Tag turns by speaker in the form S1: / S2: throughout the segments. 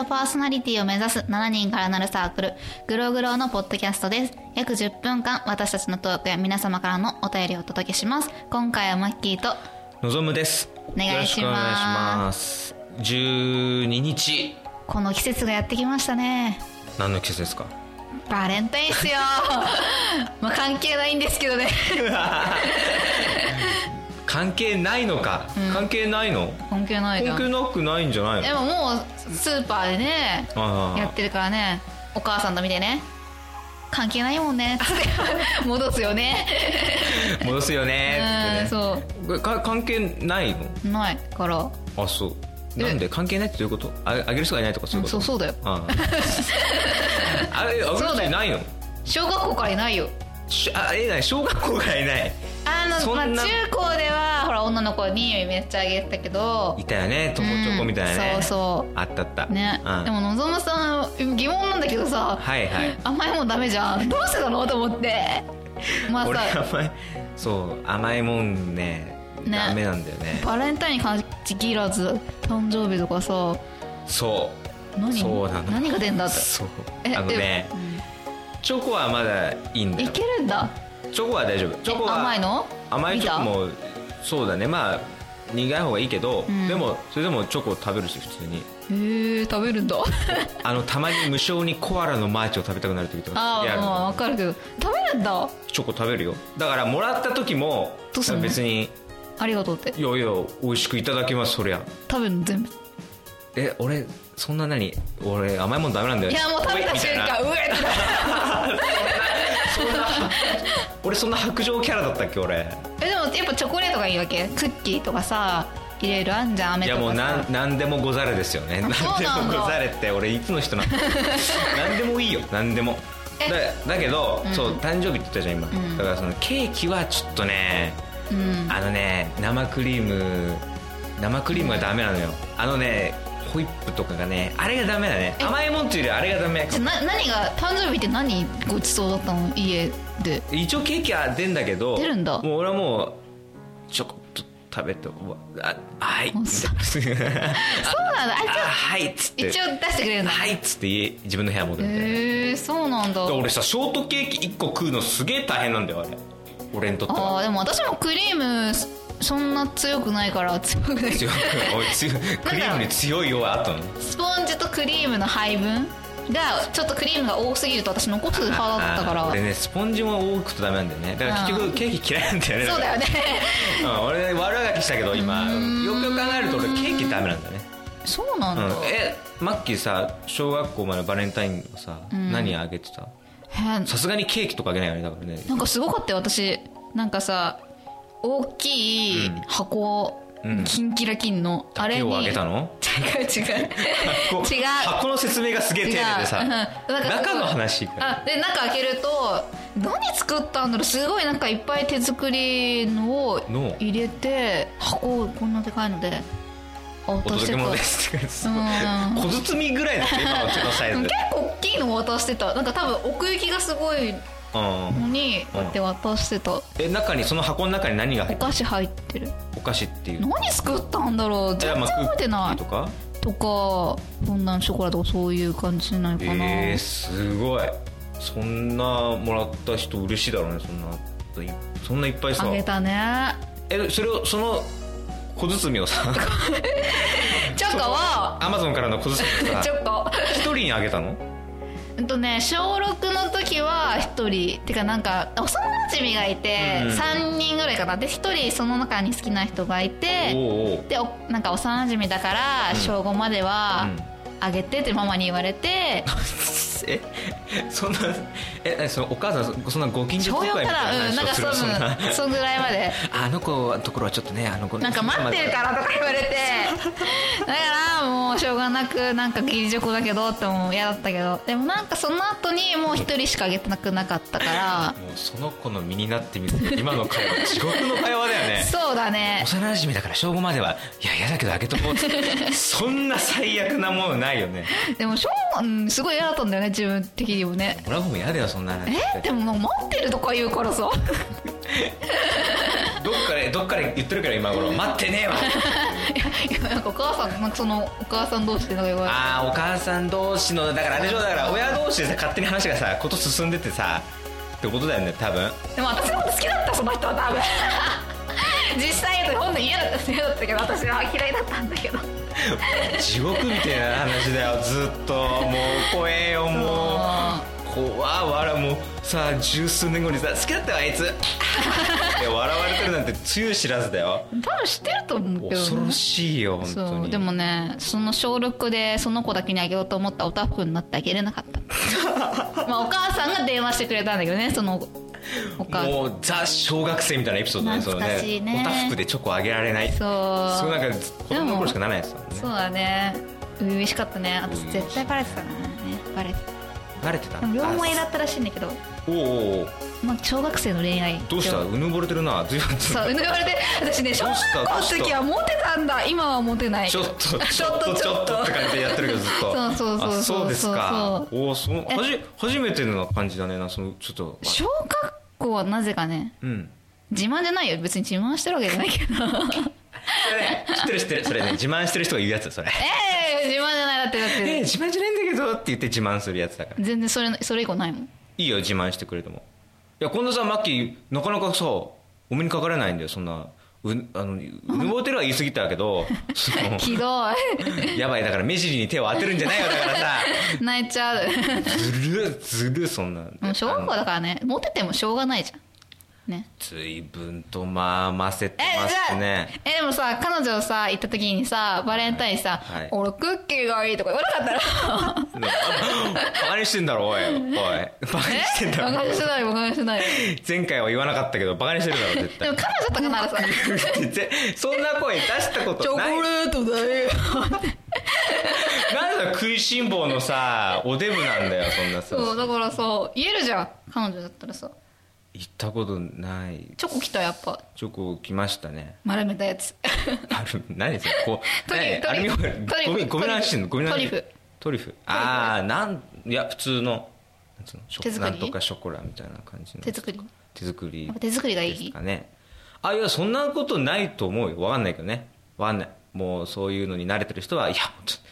S1: オパーソナリティを目指す7人からなるサークル、グログロのポッドキャストです。約10分間、私たちのトークや皆様からのお便りをお届けします。今回はマッキーと、
S2: のぞむです
S1: お願いします
S2: よろくお願いします12日
S1: この季節がやってきましたね。
S2: 何の季節ですか
S1: バレンタインっすよ まあ関係ないんですけどね。
S2: 関係ないのか、関係ないの
S1: 関係ないじゃ
S2: 関
S1: ん。
S2: 係
S1: で
S2: なくないんじゃないの
S1: ももう、スーパーでね、
S2: あ
S1: やってるからね、お母さんと見てね、関係ないもん ね、つって戻すよね。
S2: あ戻すよね
S1: うん、
S2: ってね
S1: そ
S2: これか関係ないの
S1: う。ないから。
S2: あそう
S1: え
S2: なんで関係ないってどういうことああげる人がいないとかそういうこと、
S1: うんそうそうだよ
S2: ああ あれあげる
S1: そう
S2: 人
S1: だよ
S2: いないの
S1: 小学校からいないよ。
S2: しあえない小学校がいない
S1: あの
S2: そん
S1: ま
S2: な
S1: あ、中高ではほら女の子にめっちゃあげてたけど
S2: いたよね友チョコみたいなね、
S1: うんそう
S2: あったあった
S1: そうね、
S2: うん、
S1: でものぞむさん疑問なんだけどさ、
S2: はいはい
S1: 甘いもんダメじゃんどうしてなのと思ってまあ
S2: 俺
S1: さ
S2: 甘いそう甘いもんね
S1: ね
S2: ダメなんだよね
S1: バレンタインに限らず誕生日とかさ
S2: そ
S1: 何
S2: そうなの
S1: 何が出んだ
S2: う
S1: って
S2: そう
S1: え
S2: あのね
S1: で
S2: チョコはまだいいんだ
S1: い
S2: よ
S1: けるんだ
S2: チョコは大丈夫チョコは
S1: え甘いの
S2: 甘いチョコ
S1: 見
S2: もそうだねまあ苦い方がいいけど、
S1: ん
S2: でもそれでもチョコ食べるし普通に
S1: へえ食べるん だ
S2: あのたまに無性にコアラのマーチを食べたくなる時と
S1: あ
S2: かすげえ
S1: あ
S2: ある
S1: まあわかるけど食べるんだ
S2: チョコ食べるよだからもらった時も
S1: どうすんの
S2: 別に
S1: ありがとうって
S2: いやいや美味しくいただきますそりゃ
S1: 食べるの全部
S2: え俺そんな何俺甘いもんダメなんだよ
S1: いやもう食べた瞬
S2: みいな
S1: 間うえって
S2: そんな俺そんな白状キャラだったっけ俺
S1: えでもやっぱチョコレートがいいわけクッキーとかさいろいろあんじゃん
S2: い
S1: 飴と
S2: や
S1: かさ
S2: もうなんなんでもござれですよねなん
S1: そう
S2: で
S1: なんだ
S2: もござれって俺いつの 人なのなんでもいいよなんでも
S1: え
S2: だだけど、そう誕生日って言ったじゃん今、
S1: ん
S2: だからそのケーキはちょっとね
S1: うん
S2: あのね生クリーム生クリームがダメなのよあのねホイップとかがねあれがダメだね
S1: え
S2: 甘いもんっていうよりあれがダメ
S1: じゃな何が誕生日って何ごちそうだったの家で
S2: 一応ケーキは出んだけど
S1: 出るんだ
S2: もう俺はもうちょこっと食べてうわあはい
S1: もうさそうなんだあ
S2: あはいっつって
S1: 一応一応出してくれるんだ
S2: はいっつって家自分の部屋戻るみたいな、
S1: へえそうなんだ
S2: で俺さショートケーキ1個食うのすげえ大変なんだよあれ俺にとって
S1: あ
S2: は
S1: ーでも私もクリームそそんな強くないから強くない
S2: 強いおい強いクリームに強いよあったの
S1: スポンジとクリームの配分がちょっとクリームが多すぎると私残す派だったから
S2: あ
S1: そ
S2: ー
S1: う
S2: 俺ねスポンジも多くとダメなんだよねだから結
S1: あ
S2: 局ケーキ嫌いなんだよね
S1: だよね
S2: うん、俺悪あがきしたけど今よくよく考えると俺ケーキダメなんだよね
S1: そうなん
S2: う
S1: だ、
S2: ん、えマッキーさ小学校までバレンタインはさ、何あげてた
S1: へー
S2: さすがにケーキとかあげないよねだからね
S1: なんかすごかったよ私なんかさ大きい箱、
S2: うん
S1: キンキラキンのあれ
S2: 竹
S1: に
S2: をあげたの
S1: 違う違う
S2: こう
S1: 違う
S2: 箱の説明がすげえ丁寧でさ
S1: 違ううんなんか
S2: 中の話から
S1: あで中開けると何作ったんだろうすごいなんかいっぱい手作りのを
S2: の
S1: 入れて箱をこんなでかいので
S2: お
S1: 渡して
S2: 届け
S1: た
S2: 物ですって
S1: うん
S2: 小包みぐらいだった今の手のサイ
S1: でも
S2: ズ
S1: 結構大きいの渡してたなんか多分奥行きがすごい
S2: うん
S1: のにこうやって渡してた、
S2: え中にその箱の中に何が
S1: お
S2: 入ってる
S1: 菓子入ってる
S2: お菓子っていう
S1: 何作ったんだろう全然覚えてない
S2: とか
S1: とかフォンダンショコラとかそういう感じないかな、
S2: えー、すごいそんなもらった人嬉しいだろうねそんないそんないっぱいさ
S1: あげたね
S2: えそれをその小包 をさ
S1: チョコは
S2: アマゾンからの小包を
S1: チ
S2: さ
S1: ョコ
S2: 一人にあげたの
S1: うんとね小6の時は1人てかなんか幼なじみがいて、
S2: うん
S1: 3人ぐらいかなで1人その中に好きな人がい
S2: お
S1: て
S2: おうお う
S1: でおなんか幼なじみだから小5までは
S2: うん
S1: あげてってママに言われて、
S2: えそんなえ何そのお母さんそそんなご近所
S1: 小4か
S2: みたい
S1: ら
S2: な
S1: うんなんか
S2: 話
S1: そ
S2: をするそんな
S1: うそんぐらいまで
S2: あの子のところはちょっとねあの子
S1: なんか待ってるからとか言われてだからもうしょうがなくなんか義理チョコだけどってもう嫌だったけどでもなんかその後にもう一人しかあげてなくなかったから
S2: もうその子の身になってみると今の会話地獄の会話だよね
S1: そうだね
S2: 幼なじみだから小5まではいや嫌だけどあげとこうって そんな最悪なものないよね
S1: でもしょう、うん、すごい嫌だったんだよね自分的にもね
S2: 俺はもう嫌だよそんな話
S1: えでももう待ってるとか言うからさ
S2: どっからどっから言ってるから今頃待ってねえわ
S1: いやなんかお母さんなんかそのお母さん同士でなんか言われて
S2: ああお母さん同士のだからあれでしょだから親同士でさ勝手に話がさこと進んでてさってことだよね多分
S1: でも私も好きだったその人は多分実際言うと本当に嫌だった嫌だったけど私は嫌いだったんだけど
S2: 地獄みたいな話だよずっともう怖えよもう怖あわらもうさあ十数年後にさ好きだったよ あいつって笑われてるなんてつゆ知らずだよ
S1: 多分知ってると思うけど、ね、
S2: 恐ろしいよ本当
S1: そう
S2: に
S1: でもねその小6でその子だけにあげようと思ったおたふくになってあげれなかった まあお母さんが電話してくれたんだけどねそのお母
S2: もうザ小学生みたいなエピソードね
S1: 懐かしいね
S2: そのおたふくでチョコあげられない
S1: そう
S2: そうなんか子供の頃しかならないですよね
S1: そうだね嬉しかったね私絶対バレてたからねバレてた
S2: 慣れてた
S1: でも両思いだ
S2: あ
S1: ったらしいんだけど
S2: おうおうおう
S1: まあ小学生の恋愛
S2: どうしたうぬぼれてるな随分
S1: そう言われて私ね小
S2: どう
S1: 学
S2: した
S1: 校の時はモテたんだ今はモテない
S2: ちょっとちょっと
S1: ち
S2: ち
S1: ょ
S2: ょ
S1: っ
S2: っ
S1: と
S2: と
S1: ち
S2: ち
S1: ょ
S2: ょ
S1: っと
S2: っとって感じでやってるけどずっと
S1: そうそうそうそ
S2: あ
S1: う
S2: そうですか
S1: そう
S2: おおそのはじ初めての感じだねなそのちょっと
S1: 小学校はなぜかね
S2: うん
S1: 自慢じゃないよ別に自慢してるわけじゃないけど
S2: それね知ってる知ってるそれね自慢してる人が言うやつそれ
S1: ええ自慢じゃないだってだっ
S2: えー
S1: て
S2: 自慢じゃないんだけどって言って自慢するやつだから
S1: 全然それそれ以降ないもん
S2: いいよ自慢してくれてもいやこんなさマッキーなかなかさお目にかかれないんだよそんなうあのうぬぼうてるは言い過ぎた けどその
S1: ひど
S2: やばいだから目尻に手を当てるんじゃないよだからさ
S1: い 泣いちゃう
S2: ずるずるそんな
S1: もう小学校だからねモテてもしょうがないじゃんね
S2: 随分とまあませて
S1: え
S2: ま
S1: じゃ
S2: す
S1: あ
S2: ね
S1: えでもさ彼女さ行った時にさバレンタインさ
S2: はい
S1: 「俺クッキーがいい」とか言わなかったら
S2: ねバカにしてんだろおいおいバカにしてんだ
S1: バカに
S2: ろ
S1: してないバカにしてない
S2: 前回は言わなかったけどバカにしてるだろ絶
S1: でも彼女とかならさ
S2: 対ぜそんな声出したこ
S1: チョ
S2: と
S1: コ
S2: ない
S1: レートだよ
S2: なんだ食いしん坊のさおデブなんだよそんな
S1: そう
S2: さ
S1: だからさ言えるじゃん彼女だったらさ
S2: 行ったことない
S1: チョコ来たやっぱ
S2: チョコ来ましたね
S1: 丸めたやつ
S2: ある何ですかこう
S1: トリュフ
S2: ね
S1: ト
S2: ア
S1: リ
S2: ル
S1: ュ
S2: ミホ
S1: フ
S2: イル
S1: トリュフ
S2: ゴミゴミの話してんのゴミの
S1: ト
S2: 話
S1: リュフ
S2: トリュフああなんいや普通のなんつうのショ
S1: 手作
S2: な
S1: り
S2: んとかショコラみたいな感じの
S1: 手作り
S2: 手作り
S1: やっぱ手作りがいい
S2: ですかねあいやそんなことないと思うよ分かんないけどね分かんないもうそういうのに慣れてる人はいやちょっと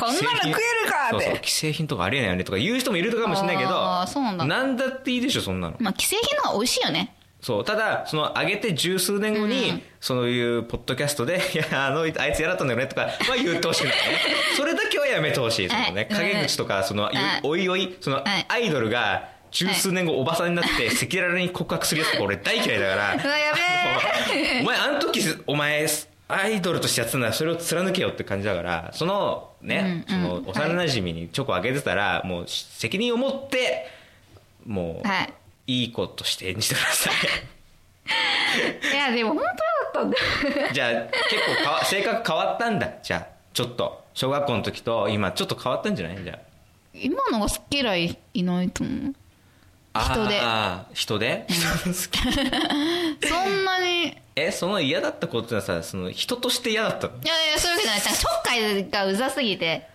S1: こんなの
S2: 既製品
S1: 食えるかって
S2: そうそう既製品とかありえないよねとか言う人もいるかもしれないけど
S1: あーそうなんだ
S2: だっていいでしょそんなの
S1: まあ既製品の方が美味しいよね
S2: そうただその上げて十数年後に、そういうポッドキャストで「 いやあのあいつ嫌だったんだよね」とかは言ってほし くないねそれだけはやめてほしいそのね
S1: はい
S2: 陰口とかその
S1: い
S2: ゆおいおいその
S1: はい
S2: アイドルが十数年後おばさんになって赤裸々に告白するやつとか俺大嫌いだか ら
S1: うわやべえ
S2: お前あの時お前アイドルとしてやってたんだそれを貫けよって感じだからそのね、
S1: うんうん
S2: その幼馴染にチョコあげてたら、もう責任を持ってもう、
S1: はい
S2: い、い子として演じてください
S1: いやでも本当だったんだ
S2: じゃあ結構かわ性格変わったんだじゃあちょっと小学校の時と今ちょっと変わったんじゃないじゃ
S1: 今のが好き嫌いいないと思う
S2: あ
S1: 人で
S2: あー人で人の好き
S1: そんなにい
S2: えその嫌だった子ってのはさその人として嫌だったの
S1: やいやそういうわけじゃないなんかちょっかいがうざすぎて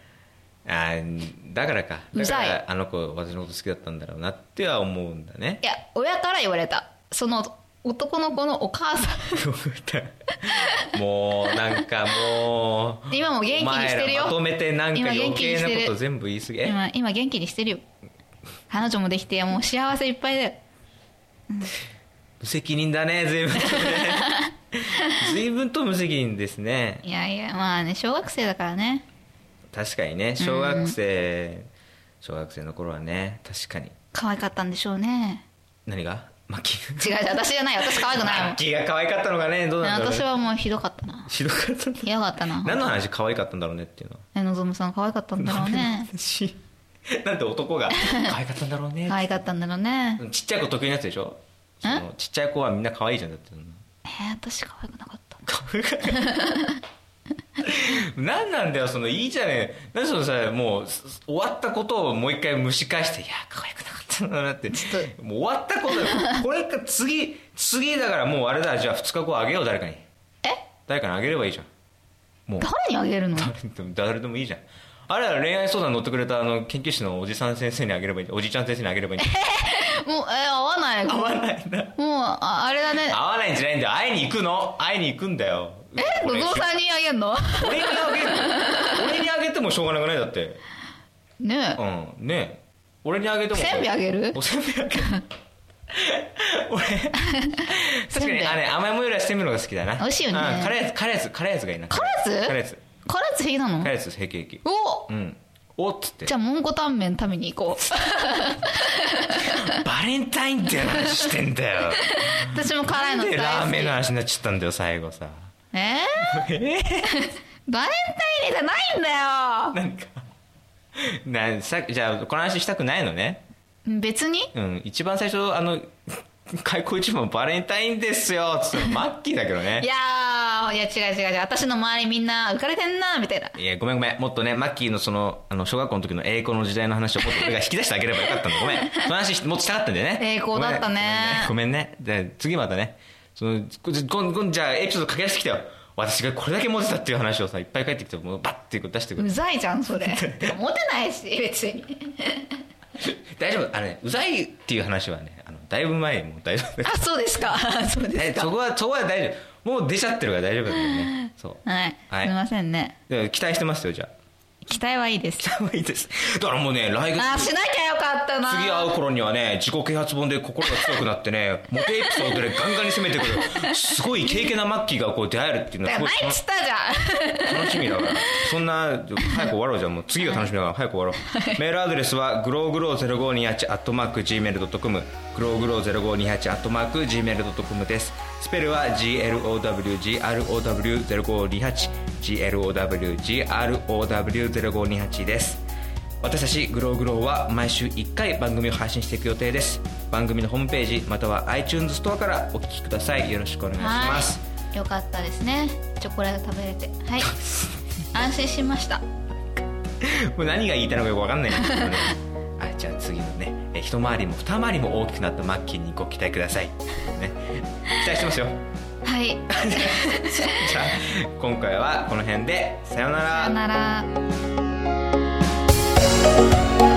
S2: あーだからか
S1: う
S2: だ
S1: ざ
S2: か
S1: い
S2: らあの子私のこと好きだったんだろうなっては思うんだね
S1: いや親から言われたその男の子のお母さ
S2: もうなんかもう
S1: 今も元気にしてるよ
S2: お前らまとめてなんか
S1: 今
S2: 余
S1: 元気に
S2: 計
S1: してる
S2: なこと全部言い過ぎ
S1: ん
S2: え
S1: 今今元気にしてるよ彼女もできてもう幸せいっぱいだよ
S2: 無責任だね随分 とね随分と無責任ですね
S1: いやいやまあね小学生だからね
S2: 確かにね小学生小学生の頃はね確かに
S1: 可愛かったんでしょうね
S2: 何がマッキー
S1: 違う違う私じゃない私可愛くないも
S2: マ
S1: ん
S2: ッキーが可愛かったのがねどうなんだろう
S1: 私
S2: ね
S1: はもうひどかったな
S2: ひどかったんだ
S1: ひどかったな
S2: 何の話可愛かったんだろうねっていうのは
S1: えのぞむさん可愛かったんだろう ね
S2: し なんで 男が可愛かったんだろうね
S1: 可愛かったんだろうね
S2: ちっちゃい子得意なやつでしょそのちっちゃい子はみんな可愛いじゃんだって
S1: えー、私可愛くなかった
S2: 何なんだよそのいいじゃねえ何そのさもうす終わったことをもう一回蒸し返していや可愛くなかったんだなって
S1: ちょっ
S2: もう終わったことだよこれか次次だからもうあれだじゃあ2日後あげよう誰かに
S1: え
S2: 誰かにあげればいいじゃんもう
S1: 誰にあげるの
S2: 誰でも誰でもいいじゃんあれは恋愛相談乗ってくれたあの研究室のおじさん先生にあげればいいおじいちゃん先生にあげればいいんだよ
S1: もうえ合わないも
S2: 合
S1: う
S2: わないな
S1: ああれだね
S2: 合わないんじゃないんだよ会いに行くの会いに行くんだよ
S1: え後藤さんにあげんの
S2: 俺にあげて俺にあげてもしょうがなくないだって
S1: ねえ
S2: うんねえ俺にあげても
S1: せんべいあげる
S2: おせんべいあげる 俺確か
S1: せんべい
S2: にあれ甘いもよりはしてみるのが好きだな
S1: 美味しいよね
S2: うん、辛いやつ辛いやつ辛いやつがいいな
S1: カラツ
S2: 辛いやつ
S1: カラツ平気なの
S2: 辛いやつ平気平気
S1: お
S2: うんおっつって
S1: じゃあ蒙古タンメン食べに行こう
S2: バレンタインって話してんだよ
S1: 私も 辛いの
S2: でラー
S1: 大
S2: メンの
S1: 好き
S2: 話になっちゃったんだよ最後さ
S1: え
S2: えー
S1: ー、バレンタインデーじゃないんだよ
S2: なんかなさじゃあこの話したくないのね
S1: 別に
S2: うん一番最初あの開口一番バレンタインですよっつったのマッキーだけどね
S1: いやーいや違う違う違う私の周りみんな浮かれてんなみたいない
S2: やごめんごめんもっとねマッキーのそのあの小学校の時の栄光の時代の話をもっと俺が引き出してあげればよかったのごめんその話もっとしたかったんだよね
S1: 栄光だったね
S2: ごめんねごめんねで次またねそのここんこんじゃあエピソード書き出してきたよ私がこれだけモテたっていう話をさいっぱい書いてきてもうバッて出してく
S1: う
S2: る
S1: ざいじゃんそれてかモテないし別 に
S2: 大丈夫あのねうざいっていう話はねあのだいぶ前にもう大丈 夫
S1: あそうですかそうで
S2: え
S1: す
S2: そ
S1: か
S2: こはそこは大丈夫もう出ちゃってるから大丈夫だけどねそう
S1: はい、
S2: はい
S1: すいませんね
S2: だから期待してますよじゃ
S1: 期待はいいです
S2: あ いいですだからもうね来月
S1: あしなきゃよかったな
S2: 次会う頃にはね自己啓発本で心が強くなってねモテエピソードでガンガンに攻めてくるすごいイケイケなマッキーがこう出会えるっていうの
S1: だ
S2: は
S1: か
S2: す
S1: ら
S2: ごい
S1: ないっつったじゃん
S2: 楽しみだからそんな早く終わろうじゃんもう次が楽しみだから早く終わろうメールアドレスはグローグロー0528アットマーク Gmail.com グローグロー0528アットマーク Gmail.com ですスペルは GLOWGROW0528 GLOWGROW0528 です私たちグローグローは毎週1回番組を配信していく予定です番組のホームページまたは iTunes ストアからお聞きくださいよろしくお願いします
S1: はいよかったですねチョコレート食べれてはい 安心しました
S2: もう何が言いたいのかよく分かんないんですけどねはいじゃあ次のねえ一回りも二回りも大きくなったマッキーにご期待ください、ね、期待してますよ
S1: はい
S2: じゃあ今回はこの辺でさような
S1: さよなら